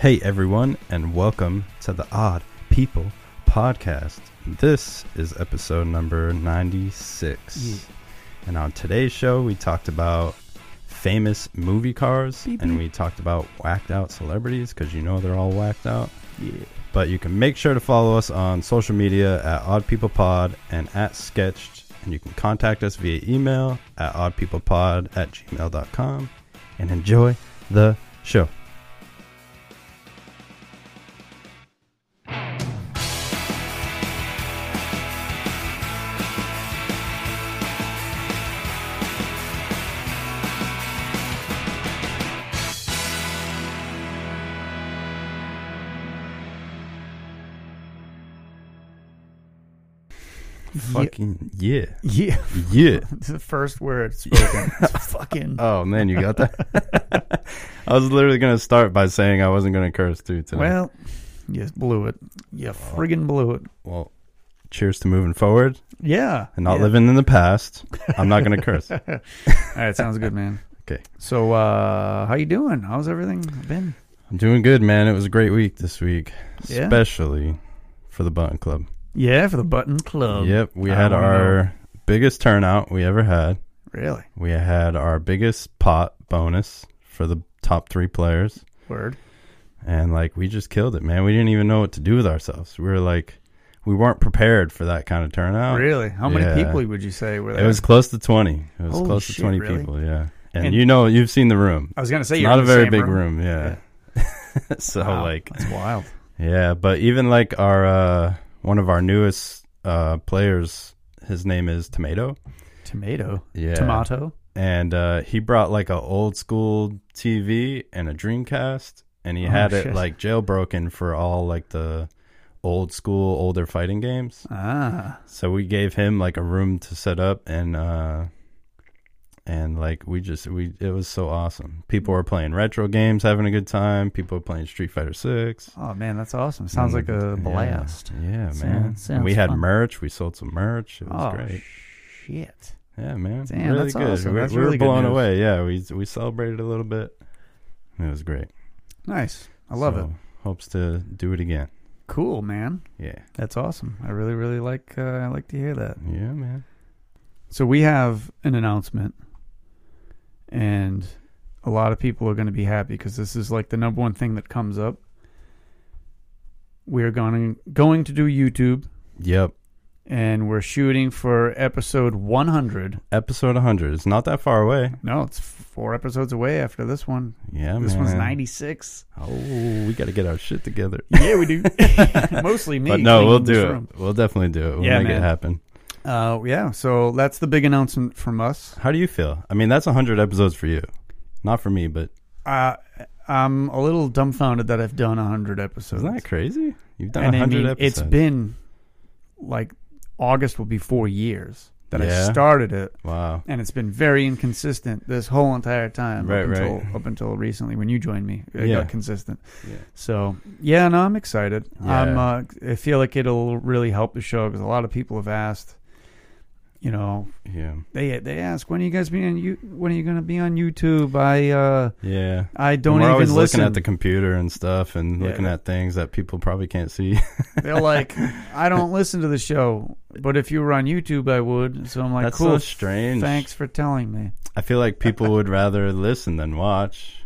Hey everyone, and welcome to the Odd People Podcast. This is episode number 96. And on today's show, we talked about famous movie cars Beep, and beep. we talked about whacked out celebrities because you know they're all whacked out. Yeah. But you can make sure to follow us on social media at Odd People Pod and at Sketched. And you can contact us via email at oddpeoplepod at gmail.com. And enjoy the show. Fucking yeah. Yeah. Yeah. It's the first word spoken. It's fucking. Oh man, you got that. I was literally gonna start by saying I wasn't gonna curse through tonight. well, you blew it. Oh. You friggin' blew it. Well, cheers to moving forward Yeah. and not yeah. living in the past. I'm not gonna curse. All right. Sounds good, man. Okay. So, uh, how you doing? How's everything been? I'm doing good, man. It was a great week this week, Yeah? especially for the Button Club. Yeah, for the Button Club. yep, we Um, I had wanna our biggest turnout we ever had. Really? We had our biggest pot bonus for the top three players. Word. and like we just killed it, man. We didn't even know what to do with ourselves. We were like, we weren't prepared for that kind of turnout. really? How many Oh, yeah. people would you say were there? It was close to twenty. It was Holy close to shit, twenty really? people. Yeah, and, And- you know, you've seen the room. I was gonna say It's you're not in a the very same big room. room. Yeah. so Wow, like, that's wild. yeah, but even like our uh, one of our newest uh, players, his name is Tomato. Tomato. Yeah, Tomato. and uh, he brought like a old school TV and a Dreamcast, and he Oh, had it shit. like jailbroken for all like the old school, older fighting games. Ah. So we gave him like a room to set up, and uh, and like we just we it was so awesome. People were playing retro games, having a good time. People were playing Street Fighter Six. Oh man, that's awesome. Sounds like a Mm, Yeah. blast. Yeah, Sounds- man. sounds we had fun. merch. We sold some merch. It was oh great. shit. Yeah, man. Damn, really that's good. awesome. We, That's we were really good blown news. away. Yeah, we we celebrated a little bit. It was great. Nice. I love it. Hopes to do it again. Cool, man. Yeah. That's awesome. I really, really like. Uh, I like to hear that. Yeah, man. So we have an announcement, and a lot of people are going to be happy because this is like the number one thing that comes up. We're going going to do YouTube, Yep. and we're shooting for episode 100. Episode 100. It's not that far away. No, it's four episodes away after this one. Yeah, this Oh, man. one's 96. Oh, we got to get our shit together. Yeah, we do. Mostly me. but no, we'll cleaning this do it. room. We'll definitely do it. We'll Yeah, make it man. happen. Uh, yeah. So that's the big announcement from us. How do you feel? I mean, that's 100 episodes for you. Not for me, but Uh, I'm a little dumbfounded that I've done 100 episodes. isn't that crazy? You've done and I 100 mean, episodes. it's been like August will be four years that Yeah. I started it, Wow. and it's been very inconsistent this whole entire time. Right, up right. until, Up until recently when you joined me, it Yeah. got consistent. Yeah. So yeah, no, I'm excited. Yeah. I'm. Uh, I feel like it'll really help the show because a lot of people have asked. You know, Yeah. they they ask when are you guys being on you when are you going to be on YouTube? I uh Yeah. I don't we're always even listen. looking at the computer and stuff and Yeah. looking at things that people probably can't see. They're like, I don't listen to the show, but if you were on YouTube, I would. So I'm like, That's cool. so strange. Thanks for telling me. I feel like people would rather listen than watch.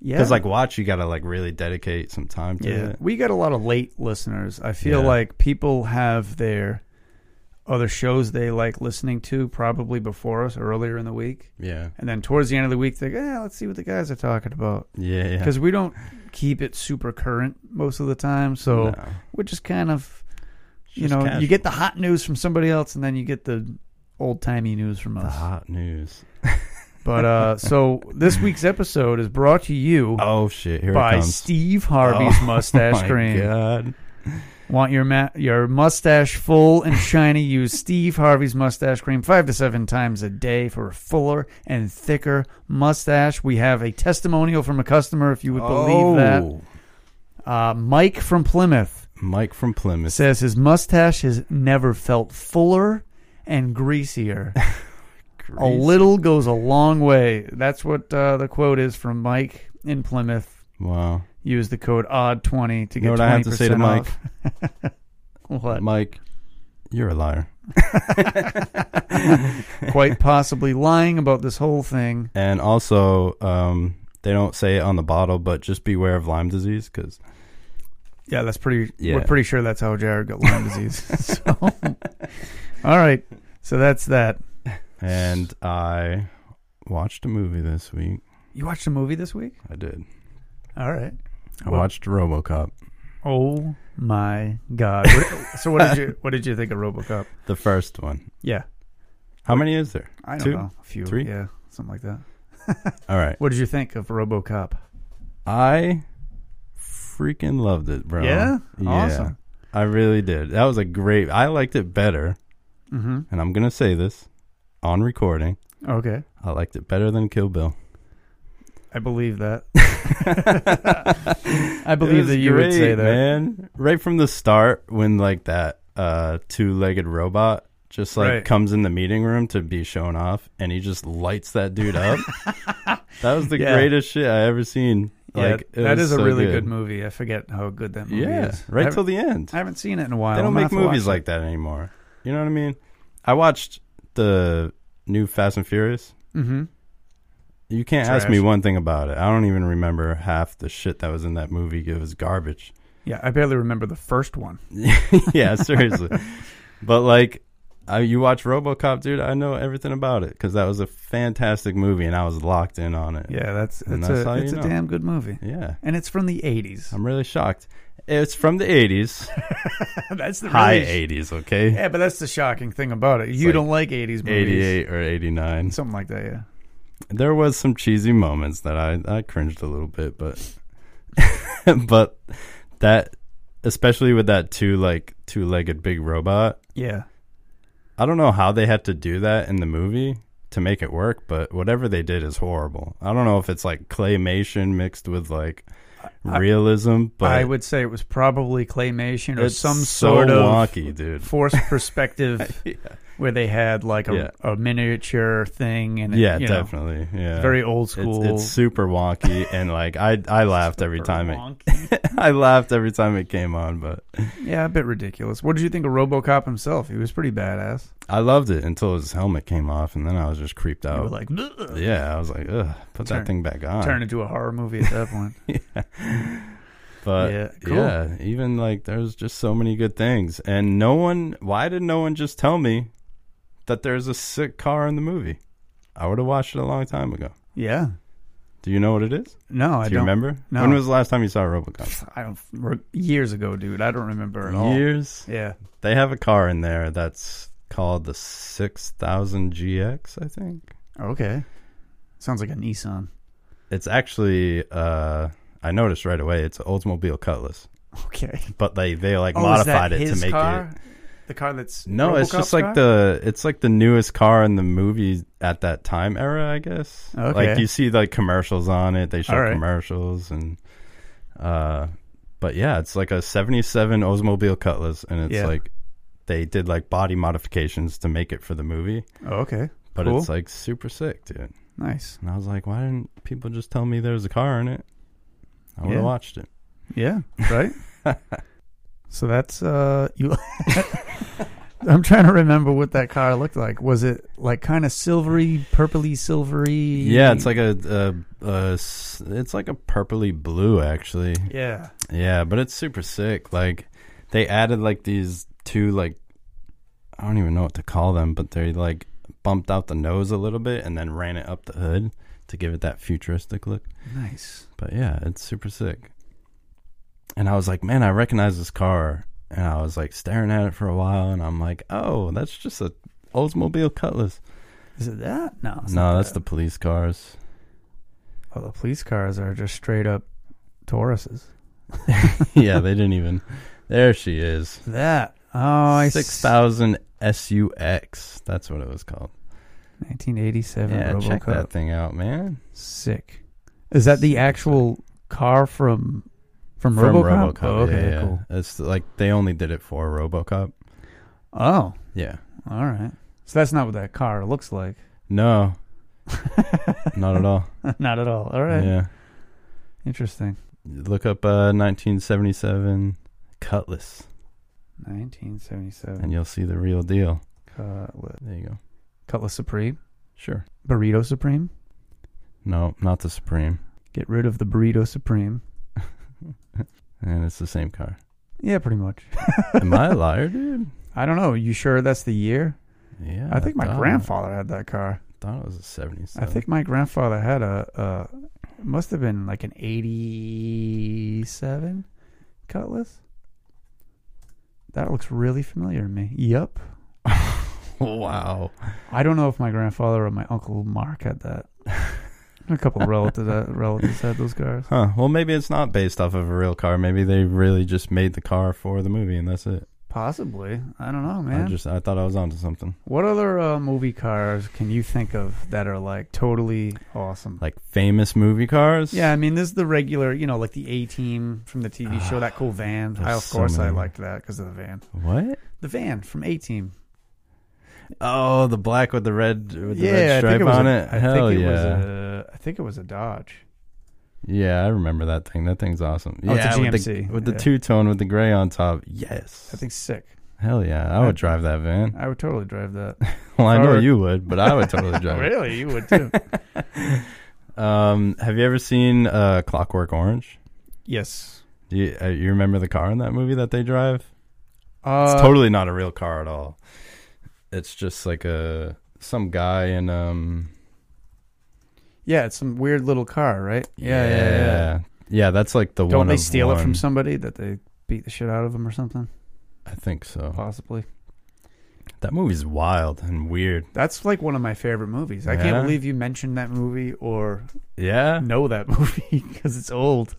Yeah, Because like watch, you gotta like really dedicate some time to yeah, it. Uh, we got a lot of late listeners. I feel Yeah. like people have their other shows they like listening to probably before us earlier in the week, Yeah, and then towards the end of the week, they're like, yeah, let's see what the guys are talking about yeah, yeah. because we don't keep it super current most of the time. So No. we're just kind of It's you just know, casual. you get the hot news from somebody else, and then you get the old timey news from the us. hot news. But uh, so this week's episode is brought to you Oh shit! Here it by comes. Steve Harvey's Oh, mustache my cream. God. Want your ma- your mustache full and shiny? Use Steve Harvey's mustache cream five to seven times a day for a fuller and thicker mustache. We have a testimonial from a customer, if you would believe that. Oh, Uh, Mike from Plymouth Mike from Plymouth. says his mustache has never felt fuller and greasier. A Grease. little goes a long way. That's what uh, the quote is from Mike in Plymouth. Wow. Use the code ODD20 to You know get what I have to twenty say to percent Mike? off. what? Mike, you're a liar. Quite possibly lying about this whole thing. And also, um, they don't say it on the bottle, but just beware of Lyme disease because Yeah, that's pretty. Yeah. We're pretty sure that's how Jared got Lyme disease. so, all right. So that's that. And I watched a movie this week. You watched a movie this week? I did. All right. I Well- watched RoboCop, Oh my God. What, so what did you what did you think of RoboCop? the first one. Yeah, How many is there? I don't Two? know. A few. Three? Yeah, something like that. All right. What did you think of RoboCop? I freaking loved it, bro. Yeah? Awesome. I really did. That was a great. I liked it better, Mm-hmm. and I'm gonna say this on recording. Okay. I liked it better than Kill Bill. I believe that. I I believe that you would say that. man. Right from the start, when like that uh, two-legged robot just like Right. comes in the meeting room to be shown off, and he just lights that dude up. that was the Yeah. greatest shit I ever seen. Yeah, Like it that was is a so really good. movie. I forget how good that movie Yeah, is. I right haven't- till the end. I haven't seen it in a while. They don't I'm gonna make have to movies watch like that anymore. You know what I mean? I watched the new Fast and Furious. it. Mhm. You can't ask Trash. me one thing about it. I don't even remember half the shit that was in that movie. It was garbage. Yeah, I barely remember the first one. yeah, seriously. but like, I, you watch RoboCop, dude. I know everything about it because that was a fantastic movie, and I was locked in on it. Yeah, that's And it's that's a how it's a you know. damn good movie, yeah. and it's from the '80s. I'm really shocked. It's from the 80s, that's the Um, high really- 80s, okay, Yeah, but that's the shocking thing about it. You like don't like '80s movies, 88 or 89. something like that. Yeah. There was some cheesy moments that I I cringed a little bit, but but that especially with that two like two-legged big robot, Yeah. I don't know how they had to do that in the movie to make it work, but whatever they did is horrible. I don't know if it's like claymation mixed with like I- realism, but I would say it was probably claymation or it's some so sort of wonky, dude. forced perspective Yeah, where they had like a, Yeah. a miniature thing and it, yeah, you know, definitely. Yeah, very old It's- school. It's, super wonky, and like I I laughed every Super time it wonky. I laughed every time it came on, but yeah, a bit ridiculous. What did you think of RoboCop himself? He was pretty badass. I loved it until his helmet came off, and then I was just creeped You out. were like, "Ugh." yeah, I was like, ugh, put Turn- that thing back on. Turned into a horror movie at that point. But yeah, cool. Yeah, even like there's just so many good things, and no one. Why did no one just tell me that there's a sick car in the movie? I would have watched it a long time ago. Yeah. Do you know what it is? No, Do I you don't. remember? No. When was the last time you saw RoboCop? I don't. re- Years ago, dude. I don't remember at all. Years. Yeah. They have a car in there that's called the six thousand GX. I think Okay. Sounds like a Nissan. it's actually. uh I noticed right away it's an Oldsmobile Cutlass, Okay. but they they like Oh, modified it to make it. The car that's No, it's just like the it's like the newest car in the movie at that time era, I guess. Okay. Like you see like commercials on it. They show All right. commercials and uh but yeah, it's like a 77 Oldsmobile Cutlass and it's Yeah. like they did like body modifications to make it for the movie, Oh, okay. but Cool. it's like super sick, dude. Nice. And I was like, why didn't people just tell me there's a car in it? I would have Yeah. watched it. Yeah. Right. so that's uh you. I'm trying to remember what that car looked like. Was it like kind of silvery, purpley silvery? Yeah, it's like a, a, a s- it's like a purpley blue actually. yeah. Yeah, but it's super sick. Like they added like these two like I don't even know what to call them, but they like bumped out the nose a little bit and then ran it up the hood to give it that futuristic look. Nice. But yeah, it's super sick. And I was like, man, I recognize this car. And I was like staring at it for a while and I'm like, oh, that's just a Oldsmobile Cutlass. Is it that? No. it's No, not that's that. the police cars. Oh, the police cars are just straight up Tauruses. yeah, they didn't even. There she is. That. Oh, I Six s- thousand SUX. That's what it was called. 1987 Yeah, RoboCop. check that thing out, man. Sick. Is that the actual car from from, RoboCop? Oh, okay, yeah, yeah. cool. It's like they only did it for RoboCop. Oh, Yeah. all right. So that's not what that car looks like. No, not at all. not at all. All right. Yeah. Interesting. Look up uh, 1977 Cutlass, 1977. and you'll see the real deal. Cutlass. There you go. Cutlass Supreme. Sure. Burrito Supreme. No, not the Supreme. Get rid of the Burrito Supreme. And it's the same car. Yeah, pretty much. Am I a liar, dude? I don't know. You sure that's the year? Yeah. I think my thought- grandfather had that car. thought it was a 77. I think my grandfather had a, a it must have been like an 87 Cutlass. That looks really familiar to me. Yep. Wow. I don't know if my grandfather or my uncle Mark had that. a couple of relatives, relatives had those cars. Huh. Well, maybe it's not based off of a real car. Maybe they really just made the car for the movie, and that's it. Possibly. I don't know, I man. just I thought I was onto something. what other uh, movie cars can you think of that are like totally awesome? Like famous movie cars. Yeah, I mean, this is the regular, you know, like the A Team from the TV show, that cool van. Ah, there's I, of so course, I many. liked that because of the van. What? The van from A Team. Oh, the black with the red with the red stripe was on a- it. I Hell think it yeah. was a. I think it was a Dodge. yeah, I remember that thing. That thing's awesome. Oh, it's a yeah, with the, GMC. with the Yeah. two tone with the gray on top. Yes. I think sick. Hell yeah, I would I- drive that van. I would totally drive that. Well, I know Or- you would, but I would totally drive it. really, you would too. Um, have you ever seen uh, Clockwork Orange? yes. Do you, uh, you remember the car in that movie that they drive? Uh, it's totally not a real car at all. It's just like a some guy in um Yeah, it's some weird little car, right? yeah. Yeah, that's like the one Don't they of steal it one. from somebody that they beat the shit out of them or something? I think so. Possibly. That movie's wild and weird. That's like one of my favorite movies. I Yeah? can't believe you mentioned that movie or Yeah, know that movie because it's old.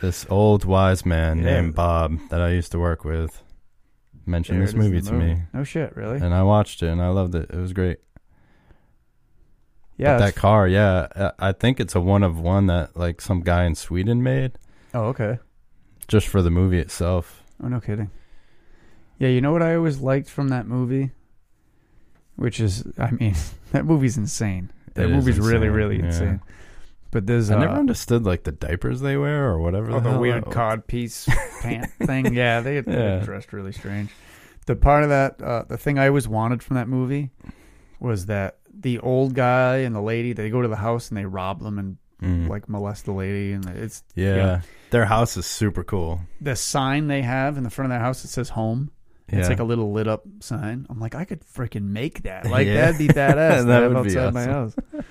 this old wise man Yeah. named Bob that I used to work with mentioned There this it is in movie the to movie. me, No shit, really? and I watched it and I loved it. It was great. but yeah. that that's- car, yeah, I- I think it's a one of one that like some guy in Sweden made oh, okay. just for the movie itself. Oh, no kidding. Yeah, you know what I always liked from that movie? Which is, I mean, that movie's insane. That It is movie's really, insane, really yeah. insane. But there's I uh, never understood like the diapers they wear or whatever. oh, the hell weird that- cod piece pant thing. Yeah, they had Yeah. dressed really strange. The part of that, uh, the thing I always wanted from that movie was that the old guy and the lady, they go to the house and they rob them and Mm. like molest the lady. And it's Yeah. Yeah. Their house is super cool. the sign they have in the front of their house that says home. Yeah. It's like a little lit up sign. I'm like, I could freaking make that. Like Yeah. that'd be That badass. to have would be outside my awesome. house.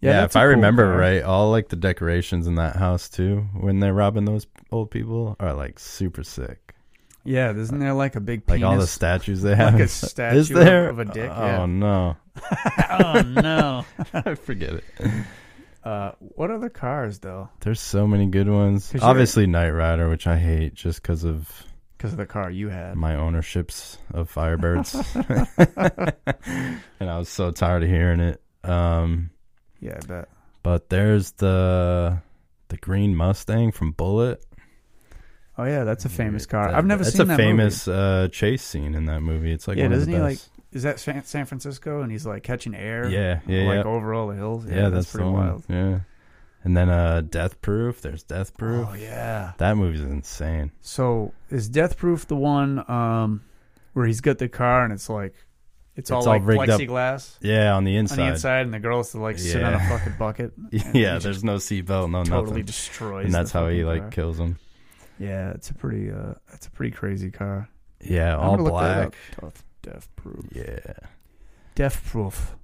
yeah, that's if I a cool remember car. right, all like the decorations in that house too, when they're robbing those old people, are like super sick. Yeah, isn't there like a big Like penis? all the statues they have. like a Is- statue is there of, of a dick. Oh yeah. no, oh no. I forget it. Uh, what other cars though? There's so many good ones. 'Cause you're- Obviously, Knight Rider, which I hate just because of Because of the car you had. my ownerships of Firebirds, and I was so tired of hearing it. Um, Yeah, I bet. but there's the the green Mustang from Bullet. Oh yeah, that's a famous car. That- I've never it's seen a that famous uh, chase scene in that movie. It's like Yeah, one doesn't of he, the like, best. movie. Is that San San Francisco? And he's like catching air. yeah, yeah, Like yeah, over all the hills. yeah, Yeah, That's, pretty the one. wild. Yeah, and then uh, Death Proof. There's Death Proof. Oh yeah. That movie's insane. So is Death Proof the one um, where he's got the car and it's like it's, all, all like rigged up plexiglass Yeah, on the on inside. the inside, and the girl has to like sit on a Yeah. fucking bucket. and yeah, he there's no seatbelt, no just totally nothing, destroys. and that's the how he fucking like car. kills him. Yeah, it's a pretty. Uh, it's a pretty crazy car. Yeah, I'm all gonna look that black. up. Tough Death Proof. Yeah, Death Proof.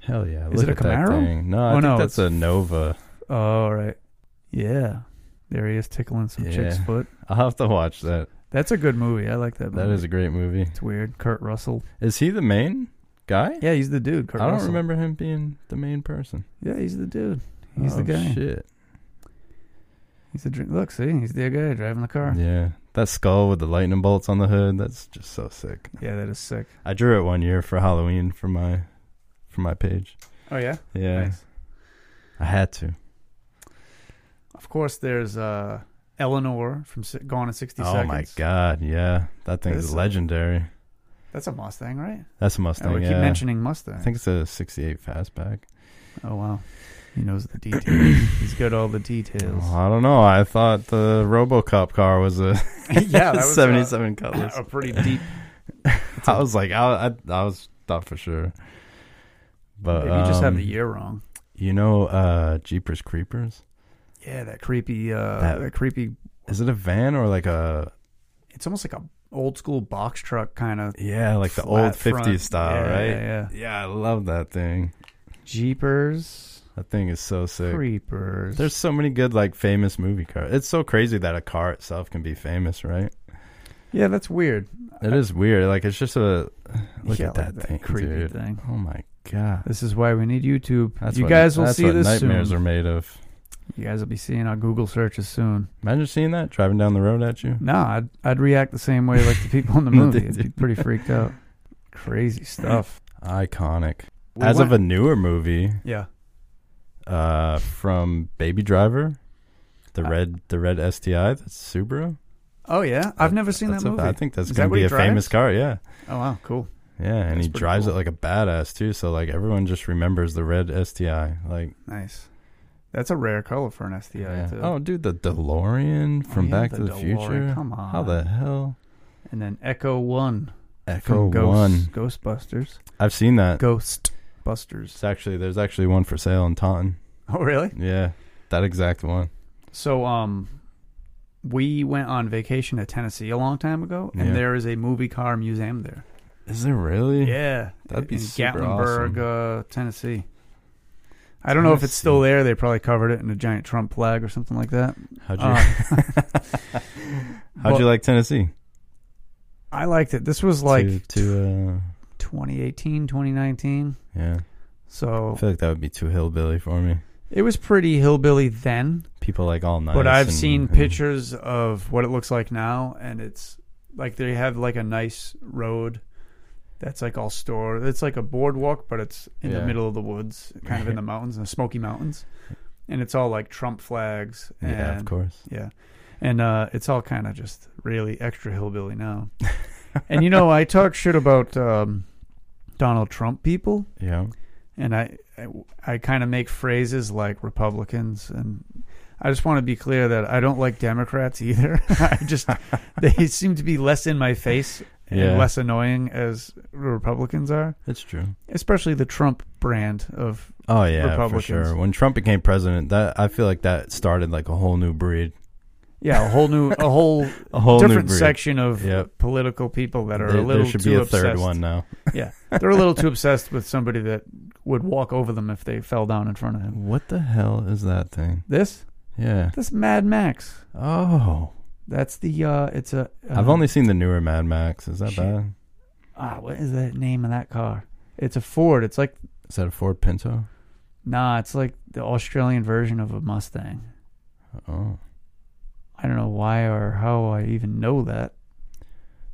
hell yeah. Is look it a at that Camaro? thing. No, I Oh, think no, that's a Nova. Oh, all right. Yeah, there he is tickling some chick's Yeah. foot. I'll have to watch that. That's a good movie. I like that. Movie. That is a great movie. It's weird. Kurt Russell. Is he the main guy? Yeah, he's the dude. Kurt I don't Russell. remember him being the main person. Yeah, he's the dude. He's Oh, the guy. Shit. He's the dr- look. See, he's the guy driving the car. Yeah. That skull with the lightning bolts on the hood, that's just so sick. Yeah, that is sick. I drew it one year for Halloween for my for my page. Oh yeah, Yeah. nice. I had to. Of course, there's uh, Eleanor from si- Gone in sixty oh seconds. my god, yeah. That thing's This- legendary. that's a Mustang, right? That's a oh, Mustang. we yeah. keep mentioning Mustang. I think it's a sixty eight fastback. oh wow, He knows the details. He's got all the details. Well, Oh, I don't know. I thought the RoboCop car was a yeah, that was uh, a, 77 Cutlass. a pretty deep. I was like, I, I, I was thought for sure. But Maybe you just have um, the year wrong. You know, uh, Jeepers Creepers. Yeah, that creepy. Uh, that- that, creepy. Is it a van or like a It's almost like a old school box truck kind of. yeah, like the old fifties style, yeah, right? Yeah, Yeah, yeah. I love that thing. Jeepers, That thing is so sick. creepers. There's so many good like famous movie cars. It's so crazy that a car itself can be famous, right? yeah, that's weird. It is weird. Like it's just a look Yeah, at like that, thing, creepy dude. thing. Oh my god. This is why we need YouTube. That's you what- guys will that's see what this nightmares soon. are made of. You guys will be seeing our Google searches soon. Imagine seeing that driving down the road at you. No, I'd, I'd react the same way like the people in the movie. I'd be pretty freaked out. Crazy stuff. Iconic. As of a newer movie, yeah, uh, from Baby Driver, the Uh, red the red STI, that's Subaru. Oh yeah, I've never seen that That's a- movie. I think that's Is gonna that what be he a famous drives? car. Yeah, oh wow, cool. yeah, and That's he pretty drives cool. it like a badass too. So like everyone just remembers the red STI. Like Nice. That's a rare color for an STI yeah. too. oh dude, the DeLorean Oh, from yeah, Back to the DeLorean, Future. Come on. How the hell? And then Echo One. Echo from Ghosts- One. Ghostbusters. I've seen that. Ghostbusters. It's actually there's actually one for sale in Taunton. Oh really? Yeah, that exact one. So um, we went on vacation to Tennessee a long time ago, and Yeah. there is a movie car museum there. Is it really? Yeah, That'd be in super Gatlinburg, uh, Tennessee. I don't know if it's Tennessee. still there. They probably covered it in a giant Trump flag or something like that. How'd you Uh, How'd but you like Tennessee? I liked it. This was like to, to uh, 2018, 2019. yeah. I So feel like that would be too hillbilly for me. it was pretty hillbilly then, People like all nice. but I've and- seen and- pictures of what it looks like now, and it's like they have like a nice road that's like all store. It's like a boardwalk, but it's in Yeah. the middle of the woods, kind of in the mountains, the Smoky Mountains, and it's all like Trump flags. And, Yeah, of course. Yeah, and uh, it's all kind of just really extra hillbilly now. and you know, I talk shit about um, Donald Trump people. Yeah. and I I, kind of make phrases like Republicans and I just want to be clear that I don't like Democrats either. I just they seem to be less in my face and Yeah. less annoying as Republicans are, It's true. especially the Trump brand of Oh yeah, for Republicans. sure. When Trump became president, that I feel like that started like a whole new breed, yeah, a whole new a whole a whole different new breed. section of Yep. political people that are there, a little there should too be a obsessed. third one now. They're a little too obsessed with somebody that would walk over them if they fell down in front of him. What the hell is that thing? This Yeah. this Mad Max. Oh, That's the uh it's a I've uh, only seen the newer Mad Max. Is that shit. bad? ah what is that name of that car? It's a Ford. It's like Is that a Ford Pinto? nah, it's like the Australian version of a Mustang. Oh, I don't know why or how I even know that.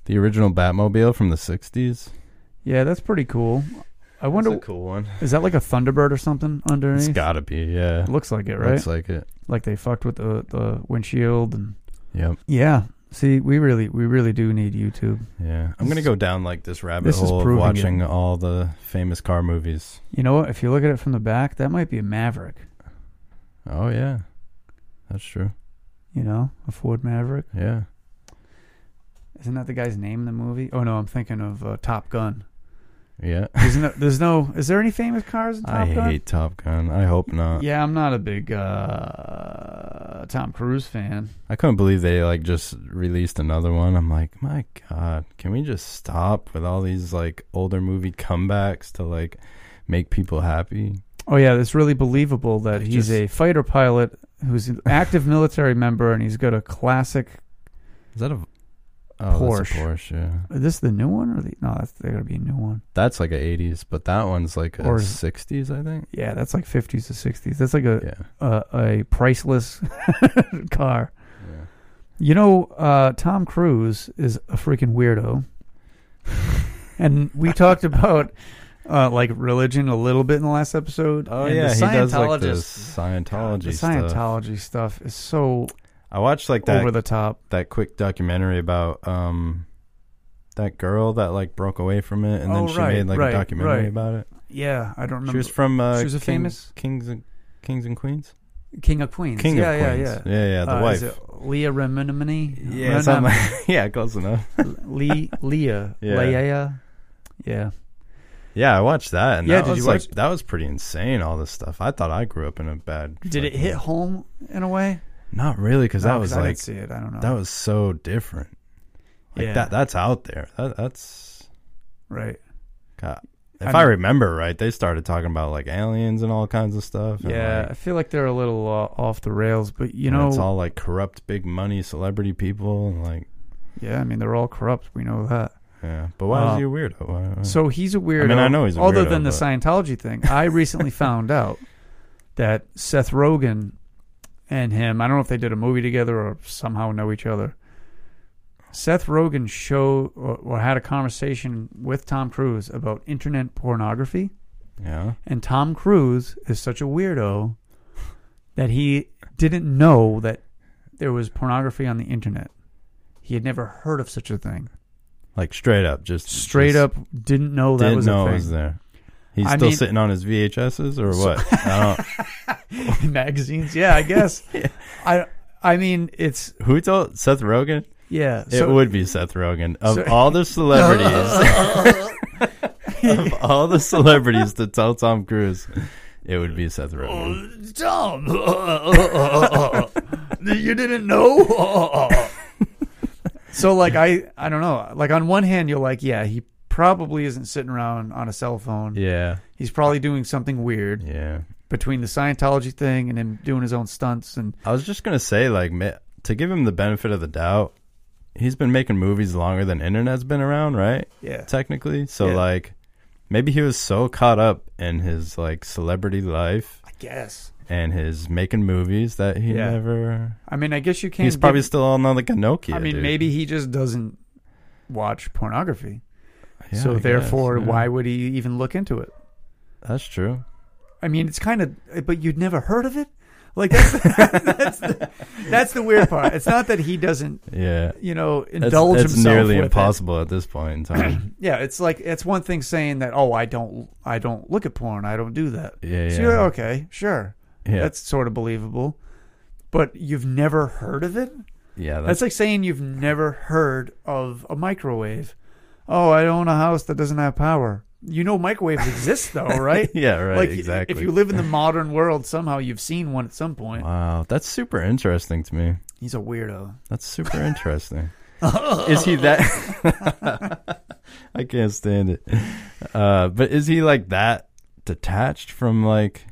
the original Batmobile from the '60s. Yeah, that's pretty cool. I wonder That's a cool one. is that like a Thunderbird or something It's underneath? gotta be. Yeah. It looks like it, right? Looks like it. like they fucked with the the windshield and Yep. yeah. See, we really we really do need YouTube. Yeah, I'm This gonna is- go down like this rabbit this is hole of proving watching all the famous car movies. You know what? If you look at it from the back, that might be a Maverick. Oh yeah, that's true. You know, a Ford Maverick. Yeah, Isn't that the guy's name in the movie? Oh no, I'm thinking of uh, Top Gun. yeah. Isn't there, there's no is there any famous cars in Top I Gun? hate Top Gun. I hope not. yeah, I'm not a big uh, Tom Cruise fan. I couldn't believe they like just released another one. I'm like, my God, can we just stop with all these like older movie comebacks to like make people happy? Oh yeah, it's really believable that I he's just- a fighter pilot who's an active military member and he's got a classic. Is that a oh, that's a Porsche. Porsche, yeah. Is this the new one or the no? That's they gotta be a new one. That's like a 80s, but that one's like a Or is- 60s, I think. Yeah, that's like 50s to 60s. That's like a Yeah. uh, a priceless car. yeah. You know, uh, Tom Cruise is a freaking weirdo. and we talked about uh, like religion a little bit in the last episode. Oh and yeah, the he does like the Scientologist- God, Scientology. the stuff. Scientology stuff. is so I watched like that over the top. that quick documentary about um that girl that like broke away from it and Oh, then she right, made like right, a documentary right. about it. Yeah, I don't remember. She was from uh, She was a King- famous- Kings Kings and Queens? King of Queens. King yeah, of yeah, Queens. yeah. yeah, yeah, the Uh, wife. is it Leah Remini. yeah, something like, yeah, close enough. Lee, Leah. Yeah. Leah. Yeah. Yeah, I watched that, and Yeah, that did was you like watch- that was pretty insane. All this stuff. I thought I grew up in a bad. Did it fucking- hit home in a way? Not really, because that No, was I like didn't see it. I don't know. that was so different. Like Yeah. that. That's out there. That, that's. right. God. I If I, mean- remember right, they started talking about like aliens and all kinds of stuff. and, Yeah, I like, feel like they're a little uh, off the rails, but you and know, it's all like corrupt, big money, celebrity people, and like, yeah, I mean, they're all corrupt. We know that. yeah. But why Uh, is he a weirdo? Why, So he's a weirdo. I know he's a other weirdo, than the but- Scientology thing. I recently found out that Seth Rogen and him. I don't know if they did a movie together or somehow know each other. Seth Rogen showed or, or had a conversation with Tom Cruise about internet pornography, yeah, and Tom Cruise is such a weirdo that he didn't know that there was pornography on the internet. He had never heard of such a thing. like straight up, just Straight just up, didn't know that didn't was know a it thing. was there. He's I still mean- sitting on his VHSs or So- what? I magazines. Yeah, I guess. I I mean it's don't, who told Seth Rogen? yeah. It so- would be Seth Rogen of so- all the celebrities. of all the celebrities to tell Tom Cruise, it would be Seth Rogen. Tom, you didn't know. so like I I don't know. Like on one hand you're like yeah he probably isn't sitting around on a cell phone. Yeah, He's probably doing something weird yeah. between the Scientology thing and him doing his own stunts and I was just gonna say, like, ma- to give him the benefit of the doubt, he's been making movies longer than internet's been around, right? yeah Technically, so Yeah. like, maybe he was so caught up in his like celebrity life I guess. and his making movies that he Yeah. never. I mean I guess you can't. He's probably give- still on the Nokia. I mean dude. maybe he just doesn't watch pornography. Yeah, I so guess, therefore, yeah. why would he even look into it? That's true. I mean, it's kind of, but you'd never heard of it. Like that's that's, the, that's the weird part. It's not that he doesn't, Yeah, you know, it's, indulge it's himself. nearly with it. impossible at this point in time. Yeah, it's like it's one thing saying that. Oh, I don't, I don't look at porn. I don't do that. yeah, yeah, So you're okay, sure, yeah. that's sort of believable. But you've never heard of it. yeah, That's that's, like saying you've never heard of a microwave. Oh, I own a house that doesn't have power. You know microwaves exist though, right? yeah, right, like exactly. Uh-huh. if you live in the modern world, somehow you've seen one at some point. wow, that's super interesting to me. He's a weirdo. That's super interesting. is he that? I can't stand it. Uh, but is he like that detached from like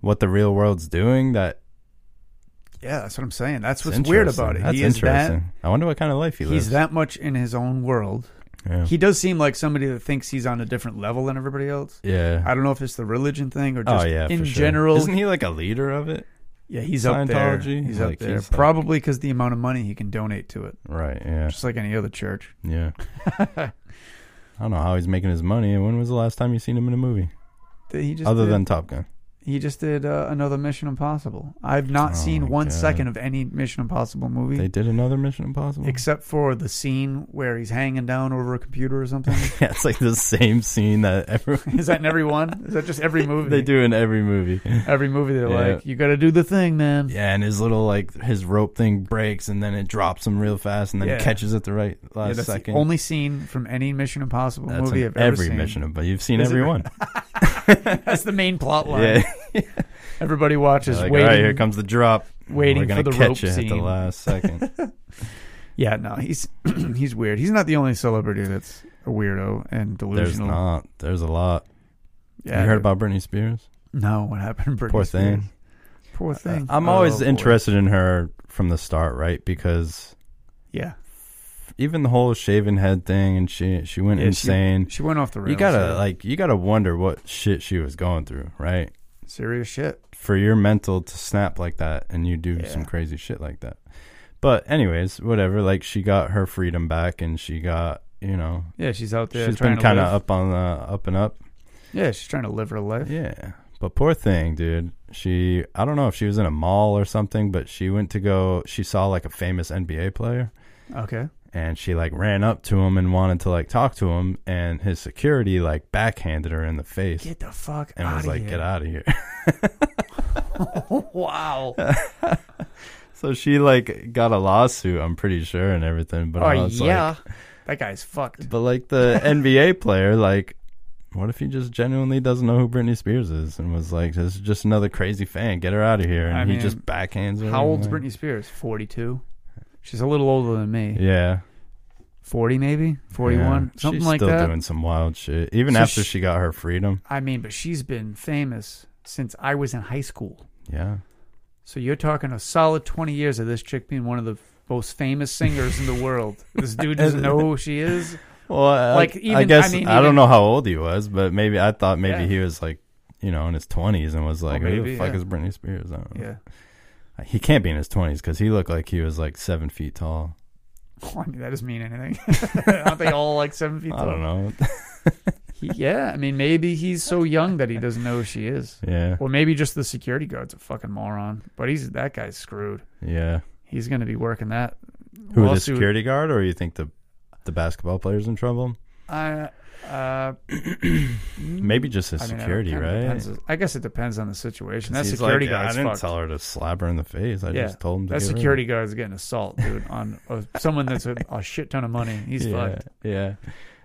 what the real world's doing? That Yeah, that's what I'm saying. That's it's what's weird interesting. about it. That's he is that interesting. I wonder what kind of life he lives. he's that much in his own world. Yeah. He does seem like somebody that thinks he's on a different level than everybody else. yeah. I don't know if it's the religion thing or oh just yeah. in for sure. general. isn't he like a leader of it? yeah, he's up there. Scientology? He's Like, up there. he's like- Probably because the amount of money he can donate to it, Right. Yeah. just like any other church. Yeah. I don't know how he's making his money. And when was the last time you seen him in a movie That He just other did- than Top Gun? he just did uh, another Mission Impossible. I've not Oh, seen my one God. second of any Mission Impossible movie. They did another Mission Impossible. except for the scene where he's hanging down over a computer or something. yeah, it's like the same scene that everyone Is that in every one? Is that just every movie? they do in every movie. every movie. They're Yeah. like, you got to do the thing, man. Yeah, and his little like his rope thing breaks, and then it drops him real fast, and then Yeah. catches at the right last Yeah, that's second. the only scene from any Mission Impossible That's movie in I've ever every seen. mission, but you've seen Is it- every one. That's the main plot line. yeah, Everybody watches, like, waiting. all right, here comes the drop. waiting We're gonna for the rope catch you at the scene. last second. Yeah, no, he's he's weird. He's not the only celebrity that's a weirdo and There's delusional. not. There's a lot. Yeah, you heard about Britney Spears? no? What happened? Britney Poor thing. Uh, Spears? Poor thing. I'm Oh, always boy. interested in her from the start, right? Because Yeah, even the whole shaven head thing, and she she went Yeah, she- insane. she went off the rails. you gotta yeah. like you gotta wonder what shit she was going through, right? serious shit. for your mental to snap like that and you do Yeah. some crazy shit like that. But anyways, whatever. Like she got her freedom back and she got you know Yeah, she's out there. she's trying been to kind of live- up on the up and up. Yeah, she's trying to live her life. Yeah. But poor thing, dude. She I don't know if she was in a mall or something, but she went to go. She saw like a famous NBA player Okay. and she like ran up to him and wanted to like talk to him and his security like backhanded her in the face Get the fuck and out was of like here. get out of here wow. Oh, So she like got a lawsuit, I'm pretty sure, and everything. But Oh, I was yeah. like, that guy's fucked. but like the NBA player, like, what if he just genuinely doesn't know who Britney Spears is and was like, "This is just another crazy fan. Get her out of here." And I he mean, just backhands her. How old's like- Britney Spears? 42. She's a little older than me. Yeah, 40 maybe? 41? yeah. Something she's like still that. doing some wild shit, even So after she- she got her freedom. I mean, but she's been famous since I was in high school. Yeah, So you're talking a solid 20 years of this chick being one of the most famous singers in the world. This dude doesn't know who she is. Well, I, Like, like even- I I guess I, mean, don't even- know how old he was, but maybe I thought maybe Yeah. he was like, you know, in his twenties and was like, who the maybe, fuck yeah. is Britney Spears? I don't know. Yeah. He can't be in his twenties because he looked like he was like seven feet tall. Well, I mean, that doesn't mean anything. Aren't they all like seven feet tall? I don't know. He- yeah, I mean, maybe he's so young that he doesn't know who she is. yeah, Or maybe just the security guard's a fucking moron. But he's that guy's screwed. yeah. He's going to be working that. Who the lawsuit. security guard, or you think the the basketball player's in trouble? Mm-hmm. I, uh, Maybe just his I mean, I security, kinda right? depends. I guess it depends on the situation. That He's security like, "Yeah, guard's I didn't fucked. tell her to slap her in the face. I Yeah. just told him to That get rid of security guard's getting assault, dude, on uh, someone that's a, a shit ton of money. He's yeah, fucked. Yeah.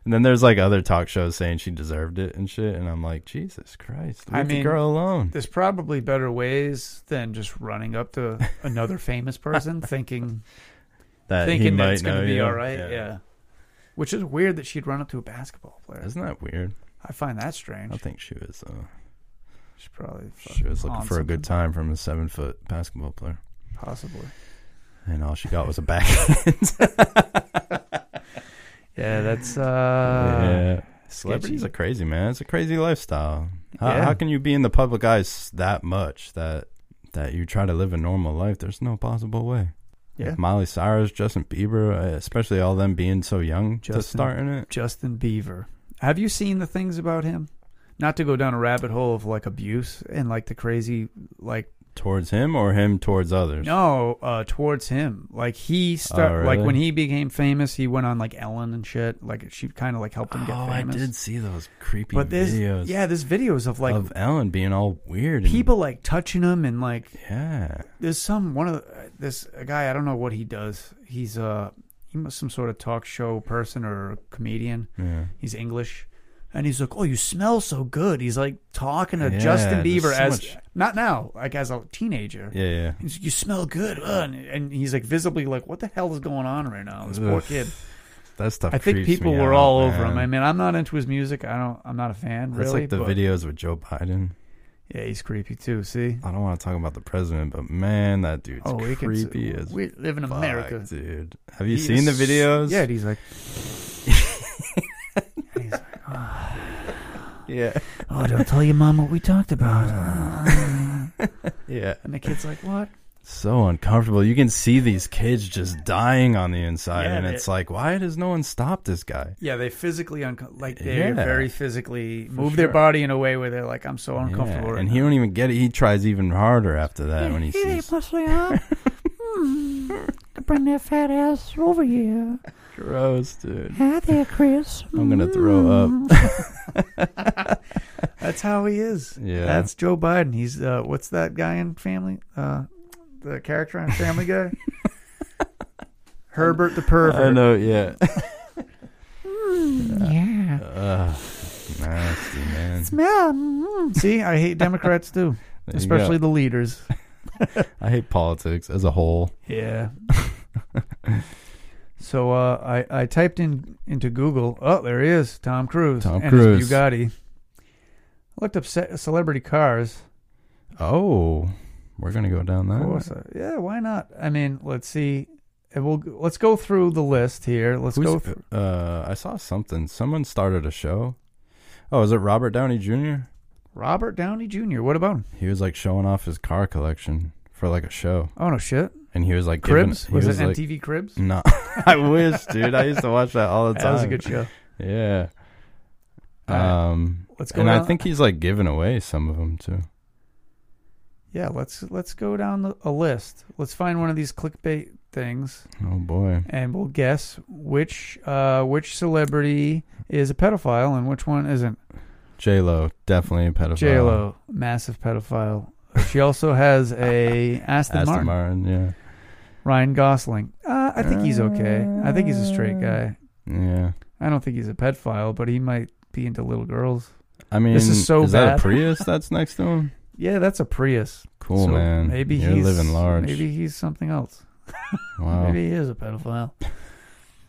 And then there's like other talk shows saying she deserved it and shit. And I'm like, Jesus Christ, leave I the mean, girl alone. There's probably better ways than just running up to another famous person thinking That Uh, he thinking might that it's going know to be you. all right. Yeah. Which is weird that she'd run up to a basketball player. Isn't that weird? I find that I strange. don't think she was. Uh, She's probably she was looking on for a good something. time from a seven foot basketball player, possibly. and all she got was a backhand. Yeah, that's uh yeah, celebrities are crazy, man. It's a crazy lifestyle. How, Yeah. how can you be in the public eye s- that much that that you try to live a normal life? There's no possible way. Yeah. Miley Cyrus, Justin Bieber, uh, especially all them being so young Justin. to start in it. Justin Beaver. Have you seen the things about him? Not to go down a rabbit hole of like abuse and like the crazy like towards him or him towards others. no uh towards him. Like he start Oh, like really? when he became famous, he went on like Ellen and shit. Like she kind of like helped him get Oh, I famous. did see those creepy But there's videos. yeah, there's videos of like of Ellen being all weird. and- people like touching him and like yeah. there's some one of the, this a guy I don't know what he does. He's uh he must some sort of talk show person or comedian. Yeah. He's English, and he's like, "Oh, you smell so good." He's like talking to Yeah, Justin there's Bieber so as much- not now, like as a teenager. Yeah, yeah. He's like, you smell good, uh, and, and he's like visibly like, "What the hell is going on right now?" This poor Ugh, kid. That stuff. I think creeps people me were out, all man. over him. I mean, I'm not into his music. I don't. I'm not a fan. That's really, like the but- videos with Joe Biden. Yeah, he's creepy too. See, I don't want to talk about the president, but man, that dude's oh, we can. creepy as we live in fuck, America. dude. Have you He seen the is- videos? Yeah, and he's like, And he's like, oh, yeah, oh, don't tell your mom what we talked about. and yeah. the kid's like, what? So uncomfortable. You can see these kids just dying on the inside, Yeah, and they- it's like, why does no one stop this guy? Yeah, they physically unco- like they Yeah. very physically move sure. their body in a way where they're like, I'm so uncomfortable. Yeah, right and now. he don't even get it. He tries even harder after that when he sees. Hmm. Bring that fat ass over here. Gross, dude. Hi there, Chris. Hmm. I'm gonna throw up. That's how he is. Yeah. That's Joe Biden. He's uh, what's that guy in Family? Uh, the character on Family Guy. Herbert the pervert. I know. Yeah. Yeah. Ugh, nasty man. Smell. Mm. See, I hate Democrats too, There you go. especially the leaders. I hate politics as a whole. Yeah. so uh, I I typed in into Google. Oh, there he is, Tom Cruise. Tom and Cruise. His Bugatti. Looked up ce- celebrity cars. Oh, we're gonna go down that. Of course, uh, yeah. Why not? I mean, let's see. And We'll let's go through the list here. Let's Who's- go. Through. uh, I saw something. Someone started a show. Oh, is it Robert Downey Jr.? Robert Downey Jr. What about him? He was like showing off his car collection for like a show, Oh no, shit. and he was like giving- Cribs he was, was it like, Mm, MTV Cribs? No, I wish, dude. I used to watch that all the time. That was a good show. Yeah. All right. Um, Let's go. and I down- think he's like giving away some of them too. yeah. Let's let's go down the, a list. Let's find one of these clickbait things. Oh boy. and we'll guess which uh, which celebrity is a pedophile and which one isn't. J Lo definitely a pedophile. J Lo, massive pedophile. She also has a Aston, Aston Martin. Martin. Yeah. Ryan Gosling. Uh, I think he's okay. I think he's a straight guy. Yeah. I don't think he's a pedophile, but he might be into little girls. I mean, This is so is that bad. a Prius that's next to him? Yeah, that's a Prius. Cool, So man. Maybe You're he's living large. Maybe he's something else. wow. Maybe he is a pedophile.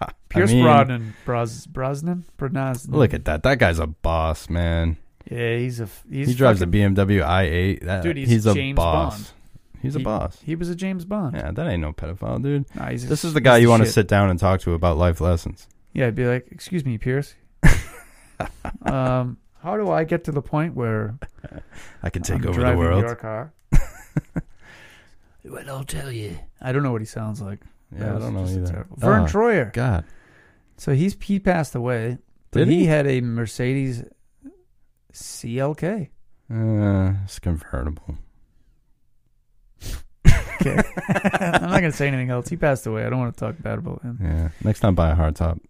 I Pierce mean, Brosnan, Bros, Brosnan, Brosnan. Look at that. That guy's a boss, man. yeah, he's a f- he's he drives fucking- a BMW i8. That, Dude, he's a James boss. Bond. He's a He- boss. He was a James Bond. Yeah, that ain't no pedophile, dude. Nah, he's a- This is the he's guy you want to shit. sit down and talk to about life lessons. Yeah, I'd be like, excuse me, Pierce. um, how do I get to the point where I can take I'm over the driving world. Your car. well, I'll tell you. I don't know what he sounds like. That yeah, I was don't know just a either. terrible- Vern Oh, Troyer. God. So he's he passed away, but Did he? he? had a Mercedes CLK. Uh, it's convertible. Okay, I'm not gonna say anything else. He passed away. I don't want to talk bad about him. Yeah. Next time, buy a hardtop.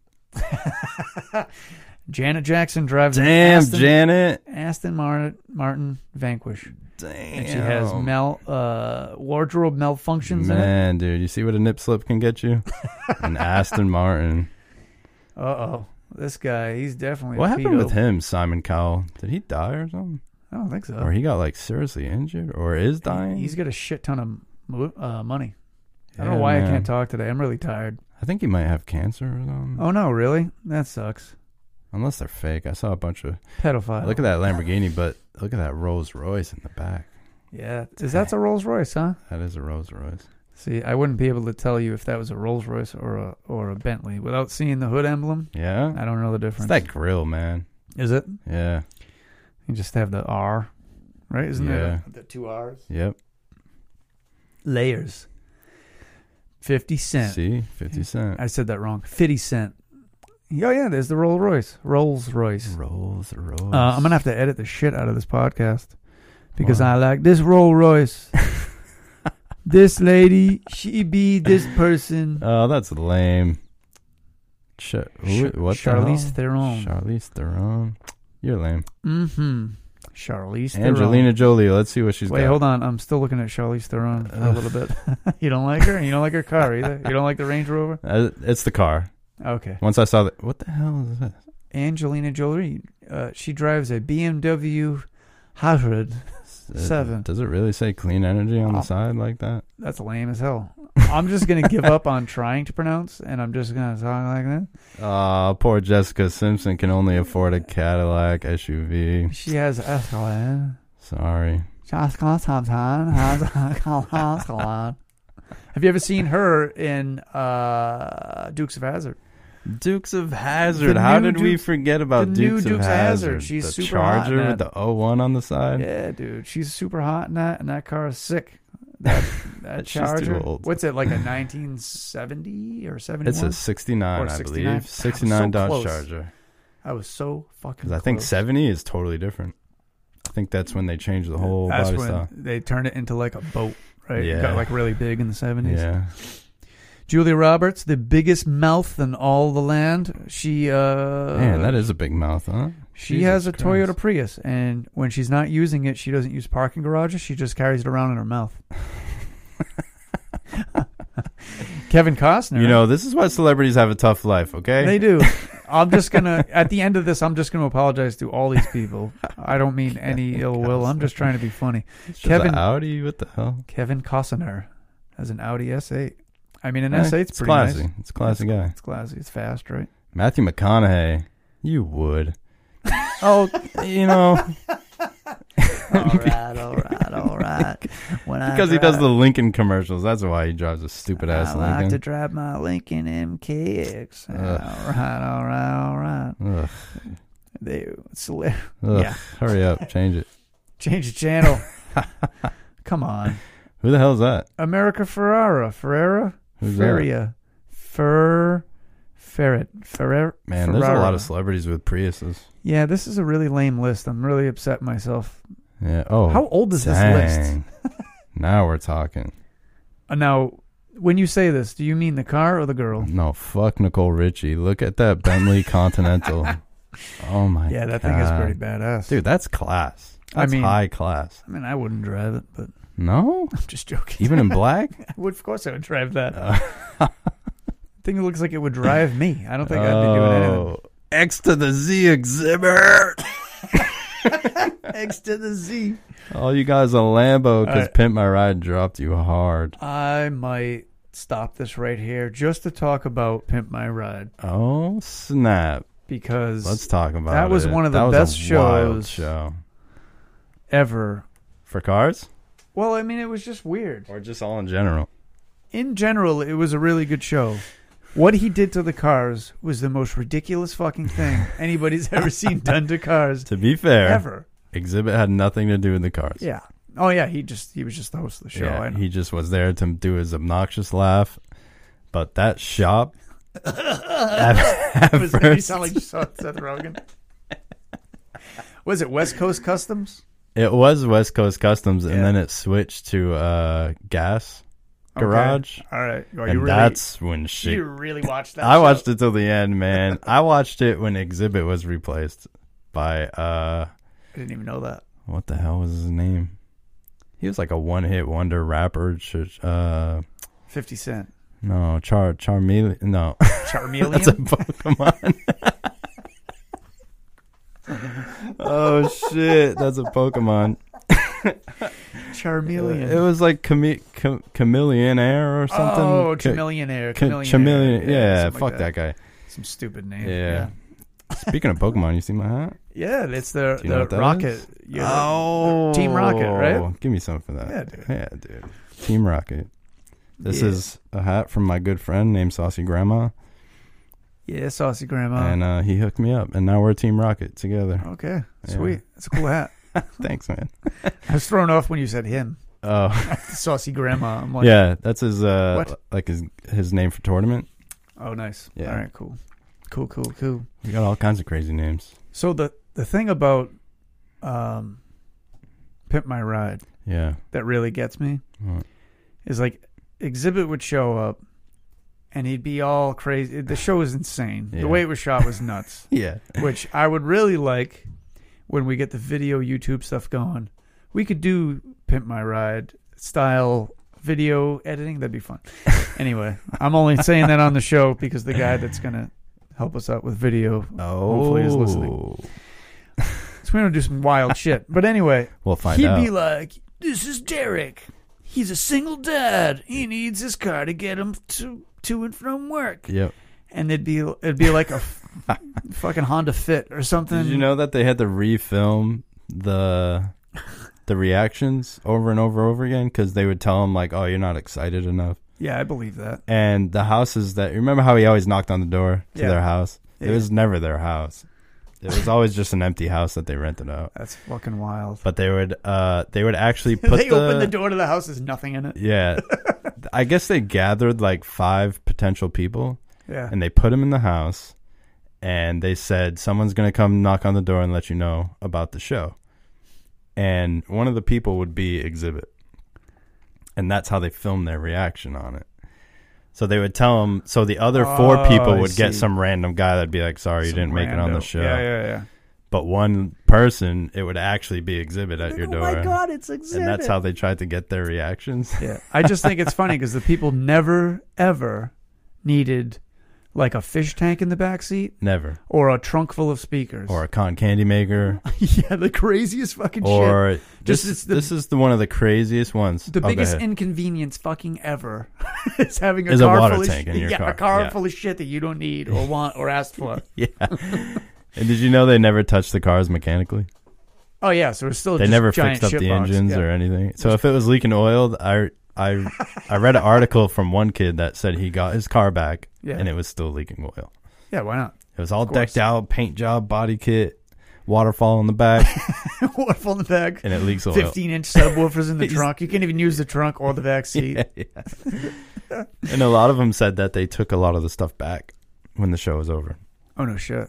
Janet Jackson drives an Damn, Aston, Janet. Aston Martin, Martin Vanquish, Damn. and she has mal uh, wardrobe malfunctions in it. Man, dude, you see what a nip slip can get you? An Aston Martin. Uh oh, this guy, he's definitely a What happened pedo. with him, Simon Cowell? Did he die or something? I don't think so. Or he got like seriously injured or is dying? Uh, He's got a shit ton of mo- uh, money. I don't Yeah, know why I man. can't talk today. I'm really tired. I think he might have cancer or something. Oh no, really? That sucks. Unless they're fake. I saw a bunch of. Pedophile. Look at that Lamborghini, but look at that Rolls Royce in the back. Yeah, is that a Rolls Royce, huh? That is a Rolls Royce. See, I wouldn't be able to tell you if that was a Rolls Royce or a or a Bentley without seeing the hood emblem. Yeah. I don't know the It's difference. that grill, man. Is it? Yeah. You just have the R, right? Isn't Yeah. it the two R's? Yep. Layers. Fifty cent. See? 50 Cent. I said that wrong. Fifty cent. Oh yeah, there's the Rolls Royce. Rolls Royce. Rolls Royce. Uh, I'm gonna have to edit the shit out of this podcast because Why? I like this Rolls Royce. this lady, she be this person. Oh, that's lame. Ch- who- Sh- what Charlize the hell? Theron. Charlize Theron. You're lame. mm-hmm. Charlize Theron. Angelina Jolie. Let's see what she's Wait, got. hold on. I'm still looking at Charlize Theron for a Ugh. little bit. you don't like her. You don't like her car either. You don't like the Range Rover. Uh, it's the car. Okay. Once I saw that, what the hell is this? Angelina Jolie. Uh, she drives a BMW 100. Uh, Seven. Does it really say clean energy on Oh. the side like that? That's lame as hell. I'm just gonna give up on trying to pronounce, and I'm just gonna talk like that. Ah, poor Jessica Simpson can only afford a Cadillac SUV. She has Escalade. Sorry. Have you ever seen her in uh, Dukes of Hazard? Dukes of Hazard. How new did we Dukes- forget about the Dukes, new of Dukes of Hazzard. Hazard? She's the super hot, Charger man. with the 01 on the side. Yeah, dude, she's super hot in that, and that car is sick. That that She's too Charger. old. What's it like a 1970 or 71? It's a 69, Or I 69. believe. So 69 Dodge close. Charger. I was so fucking. Because I think close. 70 is totally different. I think that's when they changed the whole That's body when style. they turned it into like a boat, right? It Yeah. got like really big in the 70s. Yeah. Julia Roberts, the biggest mouth in all the land. She uh Man, that is a big mouth, huh? She Jesus has a Christ. Toyota Prius, and when she's not using it, she doesn't use parking garages. She just carries it around in her mouth. Kevin Costner. You know, this is why celebrities have a tough life, okay? they do. I'm just gonna. At the end of this, I'm just gonna apologize to all these people. I don't mean any ill will. I'm just trying to be funny. It's just Kevin- a Audi, what the hell? Kevin Costner has an Audi S8. I mean, an Eh, S8's it's pretty classy. nice. It's a classy guy. It's classy. It's fast, right? Matthew McConaughey. You would. Oh, You know, all right, all right, all right. When I because he drive- does the Lincoln commercials. That's why he drives a stupid ass I like to Lincoln. drive my Lincoln MKX. Ugh. All right, all right, all right. Ugh, They, it's, li- ugh. Yeah. Hurry up. Change it. change the channel. Come on, Who the hell is that? America Ferrara, Ferrera, Who's that? Feria, Fer, Ferret, Ferrer. Man, Ferrara. there's a lot of celebrities with Priuses. Yeah, this is a really lame list. I'm really upset myself. Yeah. Oh. How old is this list? dang. now we're talking. Uh, now, when you say this, do you mean the car or the girl? No, fuck Nicole Richie. Look at that Bentley Continental. Oh my. Yeah, that thing is God. pretty badass. Dude, that's class. I That's mean- high class. I mean, I wouldn't drive it, but No, I'm just joking. even in black. I would, of course, I would drive that. Uh, I think it looks like it would drive me. I don't think I'd be doing anything. Oh, X to the Z exhibit. X to the Z. All you guys are Lambo because Alright. Pimp My Ride dropped you hard. I might stop this right here just to talk about Pimp My Ride Oh snap! because Let's talk about That was it. one of the That was a best wild shows. Show ever. for cars Well, I mean, it was just weird. or just all in general. In general, it was a really good show. What he did to the cars was the most ridiculous fucking thing anybody's ever seen done to cars To be fair, ever. exhibit had nothing to do with the cars. Yeah. Oh yeah, he just he was just the host of the show. Yeah, I know. he just was there to do his obnoxious laugh. But that shop, at, at Was- you first, sound like you saw Seth Rogen. Was it West Coast Customs? it was West Coast Customs, Yeah. and then it switched to uh, Gas Okay. Garage, All right. Are and you really, that's when shit. you really watched that? I show? watched it till the end, man. I watched it when Exhibit was replaced by uh, I didn't even know that. what the hell was his name? He was like a one-hit wonder rapper. ch- Uh, Fifty Cent, no, Char Charmeleon. No, Charmeleon. That's a Pokemon. oh shit, that's a Pokemon. Charmeleon. It was like chame- cham- chameleon air or something. Oh, Ca- chameleonaire. ca- Chameleon. chameleon. Yeah, fuck that guy. Some stupid name. Yeah. Speaking of Pokemon, you see my hat? Yeah, it's the, Do you know the what that rocket. is? Oh. Uh, Yeah. Team Rocket, right? Give me some for that. Yeah, dude. Yeah, dude. Team Rocket. This Yeah. is a hat from my good friend named Saucy Grandma, Yeah, saucy grandma. and uh, he hooked me up, and now we're Team Rocket together. okay, Yeah. sweet. That's a cool hat. Thanks, man. I was thrown off when you said him, Oh. saucy grandma. I'm like, yeah, that's his uh What? like his his name for tournament. oh, nice. Yeah. All right, cool, cool, cool, cool. We got all kinds of crazy names. So the the thing about um, pimp my ride Yeah. that really gets me What? is like exhibit would show up and he'd be all crazy the show was insane Yeah. the way it was shot was nuts Yeah. which i would really like when we get the video youtube stuff going we could do pimp my ride style video editing that'd be fun anyway i'm only saying that on the show because the guy that's gonna help us out with video Oh. Hopefully he's listening. so we're gonna do some wild shit but anyway We'll find He'd out. be like, "This is Derek. He's a single dad. He needs his car to get him to to and from work." yep. And it'd be it'd be like a f- fucking Honda Fit or something. Did you know that they had to refilm the the reactions over and over over again because they would tell him like, "Oh, you're not excited enough." Yeah, I believe that. And the houses that remember how he always knocked on the door to Yeah. their house. It Yeah. was never their house. It was always just an empty house that they rented out. That's fucking wild. But they would uh they would actually put They open the door to the house. There's nothing in it. Yeah. I guess they gathered like five potential people Yeah. and they put them in the house and they said, someone's going to come knock on the door and let you know about the show. And one of the people would be Exhibit. And that's how they filmed their reaction on it. So they would tell them, so the other four Oh, people I would get see. some random guy that'd be like, sorry, you Some didn't make it on the rando. show. Yeah, yeah, yeah. But one person, it would actually be Exhibit at your oh door. my god, it's exhibit. And that's how they tried to get their reactions. Yeah, I just think it's funny because the people never ever needed like a fish tank in the back seat Never. or a trunk full of speakers or a con candy maker yeah, the craziest fucking shit. or this This is is the- this is the one of the craziest ones. The Oh, go biggest ahead. inconvenience fucking ever is having a Is a car water full tank of in your yeah, car. a car Yeah. full of shit that you don't need or want or asked for. yeah. and did you know they never touched the cars mechanically? Oh yeah, so it's still They just never giant fixed up shit the box. engines Yeah. or anything. So if it was leaking oil, I I I read an article from one kid that said he got his car back yeah, and it was still leaking oil. yeah. Why not? It was all Of course. decked out, paint job, body kit, waterfall in the back, Water full in the back, and it leaks oil. fifteen inch subwoofers in the He's- trunk. You can't even use the trunk or the back seat. Yeah, yeah. and a lot of them said that they took a lot of the stuff back when the show was over. Oh no shit.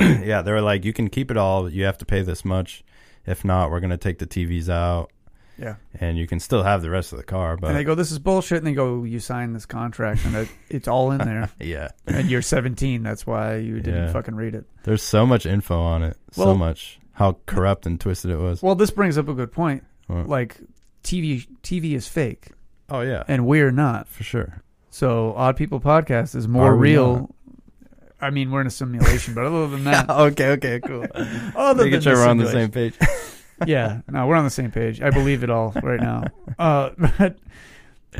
yeah, they were like, you can keep it all. but You have to pay this much. If not, we're gonna take the TVs out, Yeah, and you can still have the rest of the car. But and they go, "This is bullshit," and they go, "You signed this contract, and it, it's all in there." yeah, and you're 17. That's why you didn't Yeah. fucking read it. there's so much info on it. Well- so much how corrupt and twisted it was. Well, this brings up a good point. What? Like TV TV is fake Oh yeah, and we're not. for sure. So Odd People Podcast is more Are we real. not? I mean, we're in a simulation, but other than that, okay, okay, cool. other Making than sure the we're on the simulation- same page. yeah, no, we're on the same page. I believe it all right now. Uh, but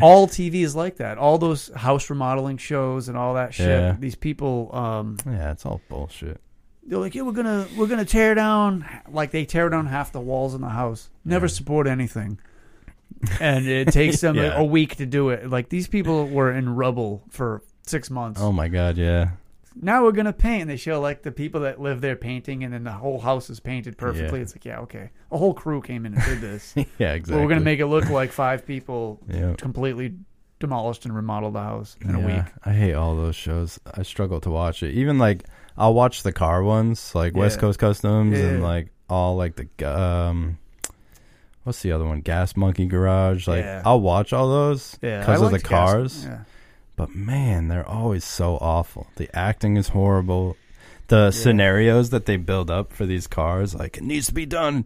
all TV is like that. All those house remodeling shows and all that shit. Yeah. These people, um, Yeah, it's all bullshit. they're like, yeah, we're gonna we're gonna tear down like they tear down half the walls in the house. Never Yeah. support anything. And it takes them Yeah. a week to do it. Like these people were in rubble for six months. Oh my god, yeah. Now we're gonna paint. And they show like the people that live there painting, and then the whole house is painted perfectly. Yeah. It's like, yeah, okay, a whole crew came in and did this. yeah, exactly. But we're gonna make it look like five people yeah. completely demolished and remodeled the house in a Yeah, week. I hate all those shows. I struggle to watch it. Even like I'll watch the car ones, like West Yeah. Coast Customs and Yeah. like all like the gu- um what's the other one? Gas Monkey Garage. Like Yeah. I'll watch all those Yeah, because I of the liked Gas- cars. yeah. But man, they're always so awful. The acting is horrible. The scenarios that they build up for these cars, like it needs to be done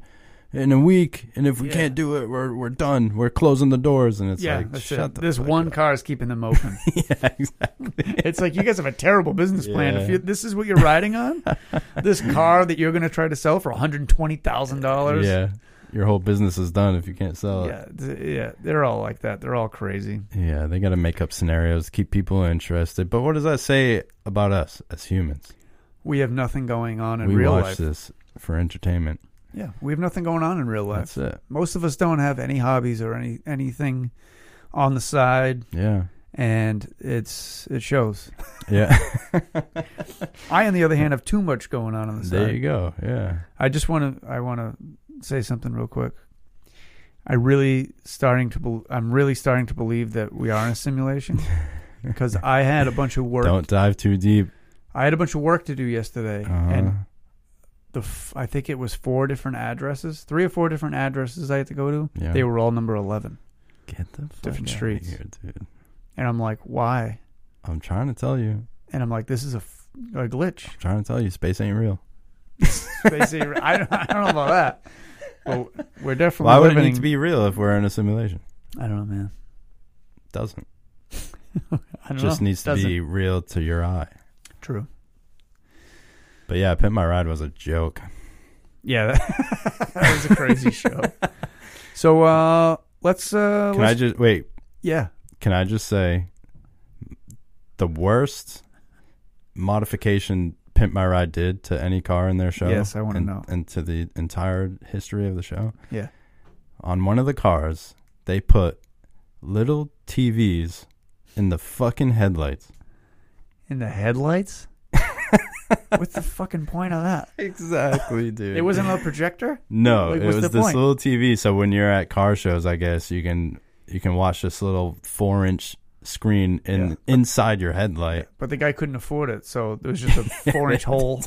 in a week, and if we Yeah. can't do it, we're we're done. We're closing the doors, and it's yeah, like that's shut it. the This fuck one up. car is keeping them open. yeah, exactly. it's like you guys have a terrible business plan. If Yeah. you, this is what you're riding on, this car that you're going to try to sell for one hundred twenty thousand dollars. Yeah, your whole business is done if you can't sell it. yeah, th- yeah. They're all like that. They're all crazy. Yeah, they got to make up scenarios, keep people interested. But what does that say about us as humans? We have nothing going on in we real watch life. this for entertainment. Yeah, we have nothing going on in real life. That's it. Most of us don't have any hobbies or any anything on the side, Yeah, and it's it shows. yeah. I, on the other hand, have too much going on on the there side. you go. Yeah. I just want to. I want to say something real quick. I really starting to. Bel I'm really starting to believe that we are in a simulation because I had a bunch of work. Don't dive too deep. I had a bunch of work to do yesterday, and Uh-huh. the f- I think it was four different addresses, three or four different addresses I had to go to. yeah. They were all number eleven, Get the fuck different outta streets. here, dude. and I'm like, why? I'm trying to tell you. And I'm like, this is a, f- a glitch. I'm trying to tell you. Space ain't real. They say, I, don't, I don't know about that, but we're definitely Why would it living. need to be real if we're in a simulation? I don't know, man. Doesn't. I don't Just know. needs to be real to your eye. true. But yeah, Pimp My Ride was a joke. Yeah, that, that was a crazy show. So uh, let's. Uh, Can let's I just wait? yeah, can I just say the worst modification Pimp My Ride did to any car in their show? Yes, I wanna and- know. And to the entire history of the show. Yeah. On one of the cars, they put little TVs in the fucking headlights. in the headlights. What's the fucking point of that? Exactly, dude. It wasn't a projector. No, Like, it what's was the this point? little TV. So when you're at car shows, I guess you can you can watch this little four inch screen in Yeah. inside your headlight. But the guy couldn't afford it, so there was just a four-inch hole,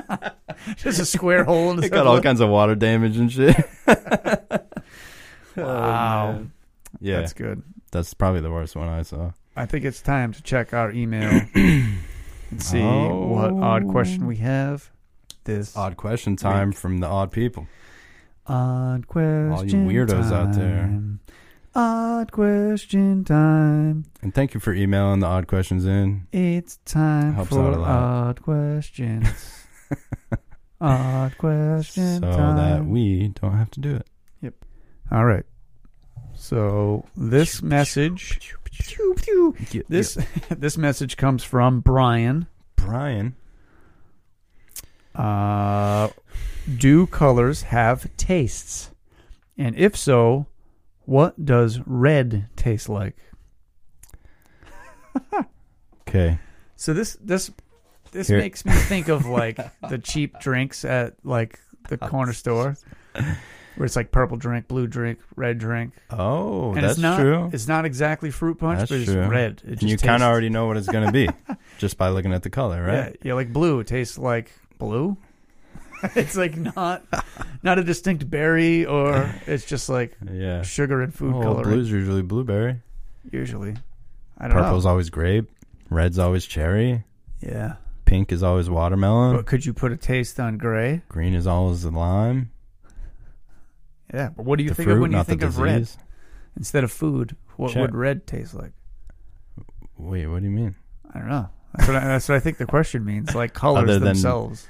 just a square hole in the It got all kinds of water damage and shit. Wow, Yeah, that's that's, good. probably the worst one I saw. I think it's time to check our email and see what odd question we have. This Odd question time from the odd people. Odd question. weirdos out there. time. Odd question time. And thank you for emailing the odd questions in. It's time Helps out for a lot. odd questions. odd question So time. that we don't have to do it. All right. So this message, Yeah, this this message comes from Brian. yeah. Brian. Uh, do colors have tastes? And if so, what does red taste like? Okay. So this this this Here. makes me think of like the cheap drinks at like the corner store, where it's like purple drink, blue drink, red drink, Oh, and that's it's not true. it's not exactly fruit punch, That's but it's true. red. It just and you kind of tastes- already know what it's going to be just by looking at the color, right? Yeah, yeah, like blue. It tastes like blue. it's like not not a distinct berry, or it's just like Yeah. sugar and food Oh, coloring. blue's usually blueberry. Usually, I don't Purple's know. always grape. Red's always cherry. Yeah, Pink is always watermelon. but could you put a taste on gray? Green is always the lime. Yeah, but what do you the think fruit, of when you not think the of red disease. instead of food? What Sure. would red taste like? Wait, what do you mean? I don't know. That's what I, that's what I think the question means. Like colors Other than- themselves.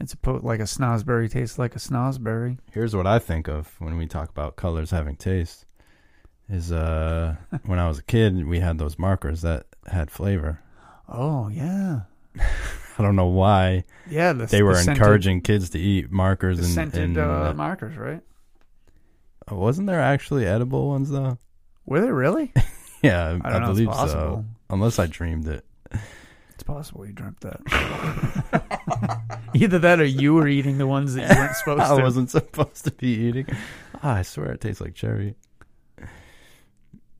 It's a po- like a snozberry tastes like a snozberry. Here's what I think of when we talk about colors having taste. Is uh when I was a kid, we had those markers that had flavor. Oh yeah, I don't know why yeah. The, they the were scented- encouraging kids to eat markers the and, scented and, uh, uh, markers, right? wasn't there actually edible ones though? Were they really? Yeah, I I, don't know. believe it's so. possible. Unless I dreamed it. It's possible you dreamt that. Either that, or you were eating the ones that you weren't supposed I to. wasn't supposed to be eating. Ah, I swear it tastes like cherry.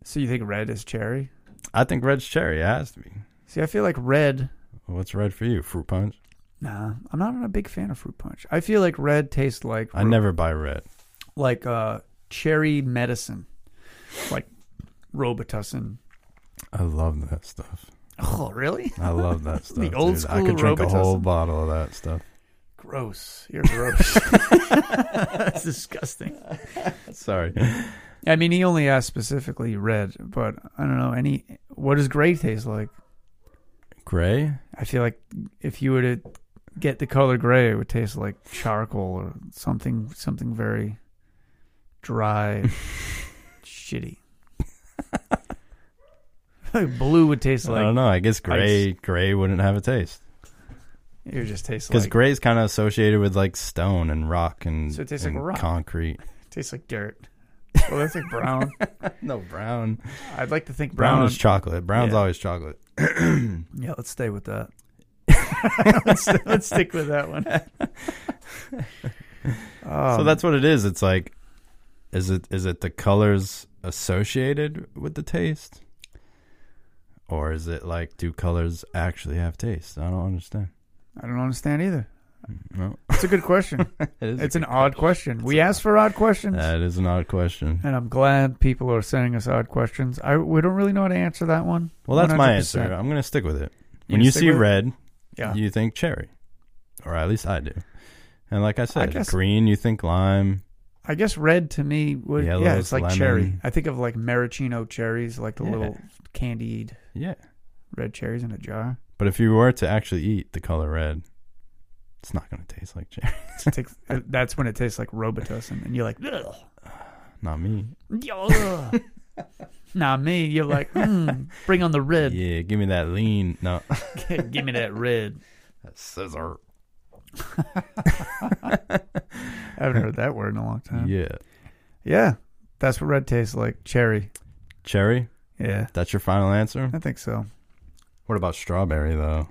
So you think red is cherry? I think red's cherry. It has to be. See, I feel like red. What's red for you? Fruit punch. Nah, I'm not a big fan of fruit punch. I feel like red tastes like I never buy red. like uh, cherry medicine, like Robitussin. I love that stuff. Oh, really? I love that stuff. old dude. I school could drink a whole Robitussin. bottle of that stuff. Gross. You're gross. That's disgusting. Sorry. I mean, he only asked specifically red, but I don't know any. What does gray taste like? Gray? I feel like if you were to get the color gray, it would taste like charcoal or something, something very dry, and shitty. Blue would taste I don't like know. I guess gray gray wouldn't have a taste. it would just taste Because like gray's kind of associated with like stone and rock and, So it tastes like and rock. concrete. tastes like dirt. Well, that's like brown. No, brown. I'd like to think Brown, brown. is chocolate. Brown's Yeah. Um, always chocolate. yeah, let's stay with that. let's, let's stick with that one. so Um, that's what it is. It's like, is it is it the colors associated with the taste, or is it like do colors actually have taste? I don't understand. I don't understand either. No, It's a good question. it is. it's a an good odd Uh, question. question. It's Uh, we an ask for odd questions. That is an odd question. And I'm glad people are sending us odd questions. I we don't really know how to answer that one. Well, that's my 100%. answer. I'm gonna stick with it. You when you stick see with it? red, yeah, you think cherry, or at least I do. And like I said, guess- green, you think lime. I guess red to me would Yellow yeah, is it's like lemon. cherry. I think of like maraschino cherries, like the Yeah. little candied Yeah, red cherries in a jar. but if you were to actually eat the color red, it's not gonna taste like cherry. It takes- that's when it tastes like Robitussin, and you're like, ugh, Not me. ugh. Nah, me. You're like, mm, bring on the red. Yeah, give me that lean. No, Give me that red. that scissor. I haven't heard that word in a long time. Yeah, Yeah, that's what red tastes like. Cherry. cherry. Yeah, That's your final answer. I think so. What about strawberry though?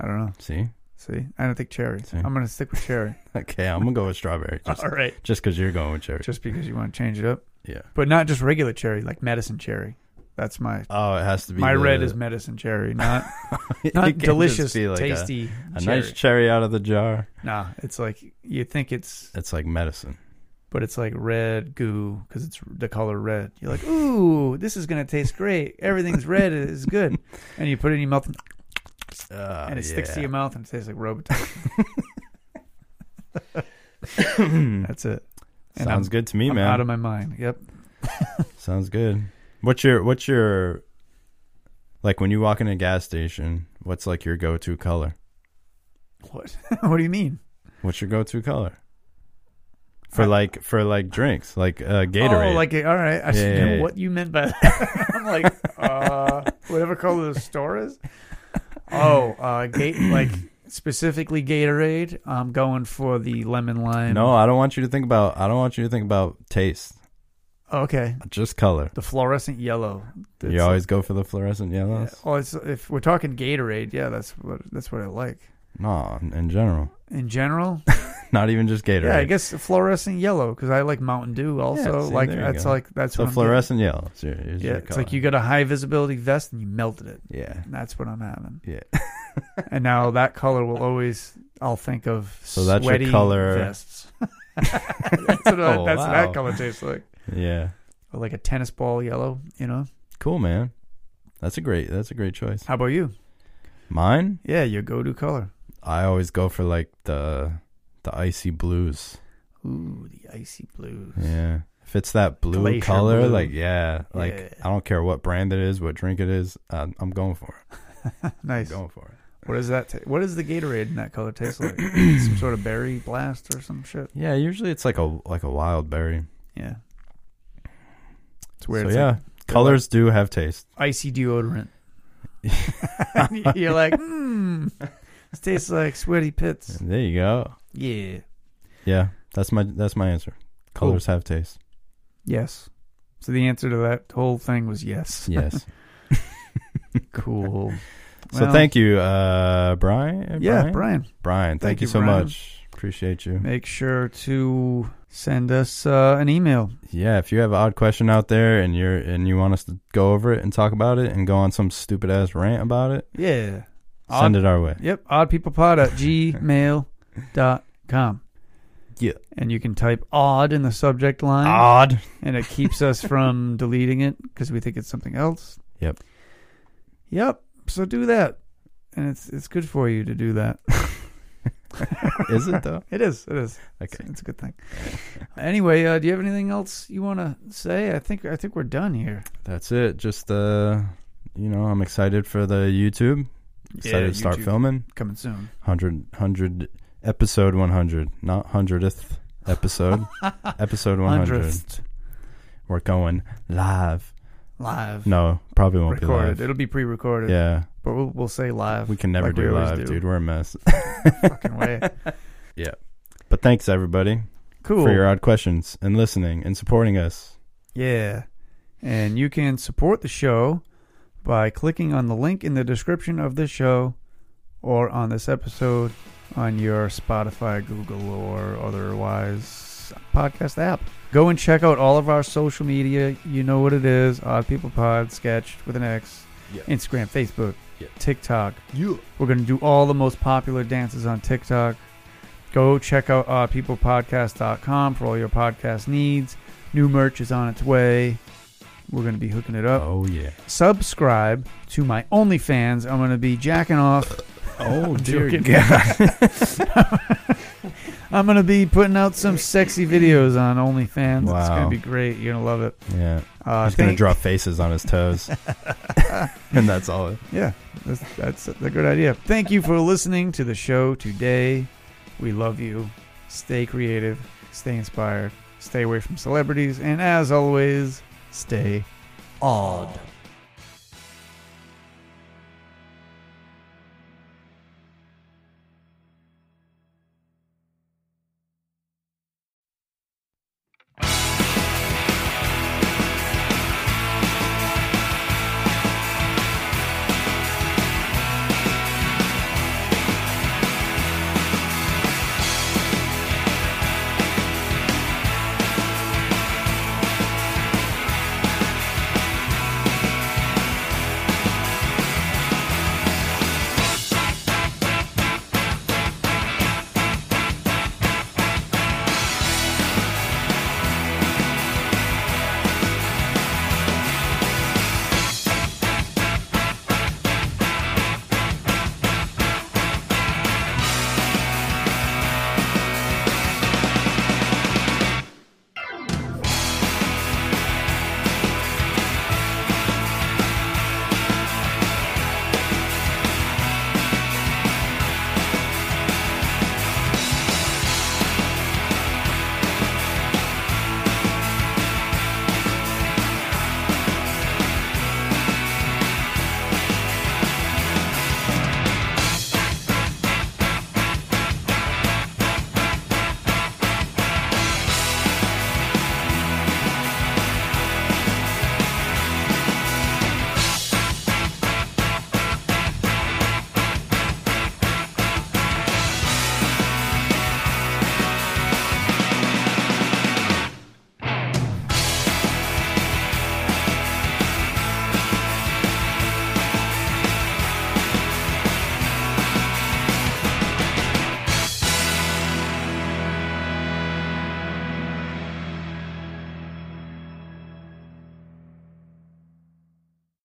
I don't know. See? See, I don't think cherry. See? I'm gonna stick with cherry. Okay, I'm gonna go with strawberry. Just All right, just because you're going with cherry. just because you want to change it up, yeah. but not just regular cherry, like medicine cherry. That's my Oh, it has to be. my the- red is medicine cherry, not It not can't just delicious, be like a- tasty. A cherry. nice cherry out of the jar. nah, it's like you think it's, It's like medicine. but it's like red goo because it's the color red. You're like, ooh, this is gonna taste great. Everything's red is good, and you put it in your mouth and, Uh, it sticks to your mouth and it tastes like Robitussin. That's it. And Sounds I'm- good to me, I'm man. out of my mind. Yep. Sounds good. What's your what's your like when you walk in a gas station? What's like your go to color? What? what do you mean? What's your go to color for like for like drinks like uh, Gatorade? Oh, like all right. I Yeah, should yeah, know yeah. what you meant by that. I'm like, uh, whatever color the store is. Oh, uh, gate like specifically Gatorade. I'm going for the lemon lime. no, I don't want you to think about. I don't want you to think about taste. okay, Just color. the fluorescent yellow. you That's- always go for the fluorescent yeah. yellows. Well, it's, if we're talking Gatorade, yeah, that's what that's what I like No, in- in general, in general. not even just Gatorade. Yeah, I guess fluorescent yellow because I like Mountain Dew also. see, like there you that's go. like that's so what I'm getting. fluorescent yellow. is your- is Yeah, your it's like color. you got a high visibility vest and you melted it. Yeah, And that's what I'm having. yeah. and now that color will always I'll think of So that's your sweaty color- vests. that's what, I- Oh, that's what that wow. color tastes like. Yeah. Or like a tennis ball yellow, you know. Cool, man. That's a great that's a great choice. How about you? Mine, Yeah, your go-to color. I always go for like the the icy blues. Ooh, the icy blues. Yeah. If it's that blue Glacier color, blue. like yeah, like Yeah. I don't care what brand it is, what drink it is, uh, I'm, I'm going for it. nice. I'm going for it. What does that? ta- what does the Gatorade in that color taste like? some sort of berry blast or some shit. Yeah, usually it's like a like a wild berry. Yeah. It's weird. So It's yeah, like colors do have taste. icy deodorant. You're like, hmm. This tastes like sweaty pits. There you go. Yeah. Yeah, that's my that's my answer. Cool. Colors have taste. Yes. So the answer to that whole thing was yes. Yes. Cool. so thank you, uh, Brian. Yeah, Brian. Brian, thank, Thank you you, so Brian. much. Appreciate you. Make sure to send us uh, an email. Yeah, if you have an odd question out there and you're and you want us to go over it and talk about it and go on some stupid ass rant about it, Yeah. send it our way. Yep, oddpeoplepod at gmail.com. Yeah. Ah. And you can type odd in the subject line, Odd. and it keeps us from deleting it because we think it's something else. Yep. Yep. So do that. And it's it's good for you to do that. Is it though? It is. It is. It's, Okay. it's a good thing. anyway, uh, do you have anything else you want to say? I think I think we're done here. That's it. Just uh you know, I'm excited for the YouTube. Excited to start filming. coming soon. 100 100 episode 100, not 100th episode. episode 100. Hundredth We're going live. live. No, probably won't recorded. be It'll be pre-recorded. live. Yeah, But we'll, we'll say live. we can never Like we do always live, do. dude. We're a mess. fucking way. But thanks everybody Cool. for your odd questions and listening and supporting us. yeah. And you can support the show by clicking on the link in the description of this show or on this episode on your Spotify, Google, or otherwise podcast app. Go and check out all of our social media. You know what it is Odd People Pod, Sketched with an X, Yeah. Instagram, Facebook, Yeah. TikTok. You We're going to do all the most popular dances on TikTok. Go check out uh, peoplepodcast.com for all your podcast needs. New merch is on its way. We're going to be hooking it up. Oh yeah. Subscribe to my OnlyFans. I'm going to be jacking off. Oh dear joking. God. I'm going to be putting out some sexy videos on OnlyFans. It's Wow. going to be great. You're going to love it. yeah. Uh, He's gonna thank- drop faces on his toes. and that's all. Yeah, that's, that's a good idea. Thank you for listening to the show today. We love you. Stay creative, stay inspired, stay away from celebrities, and as always, stay odd.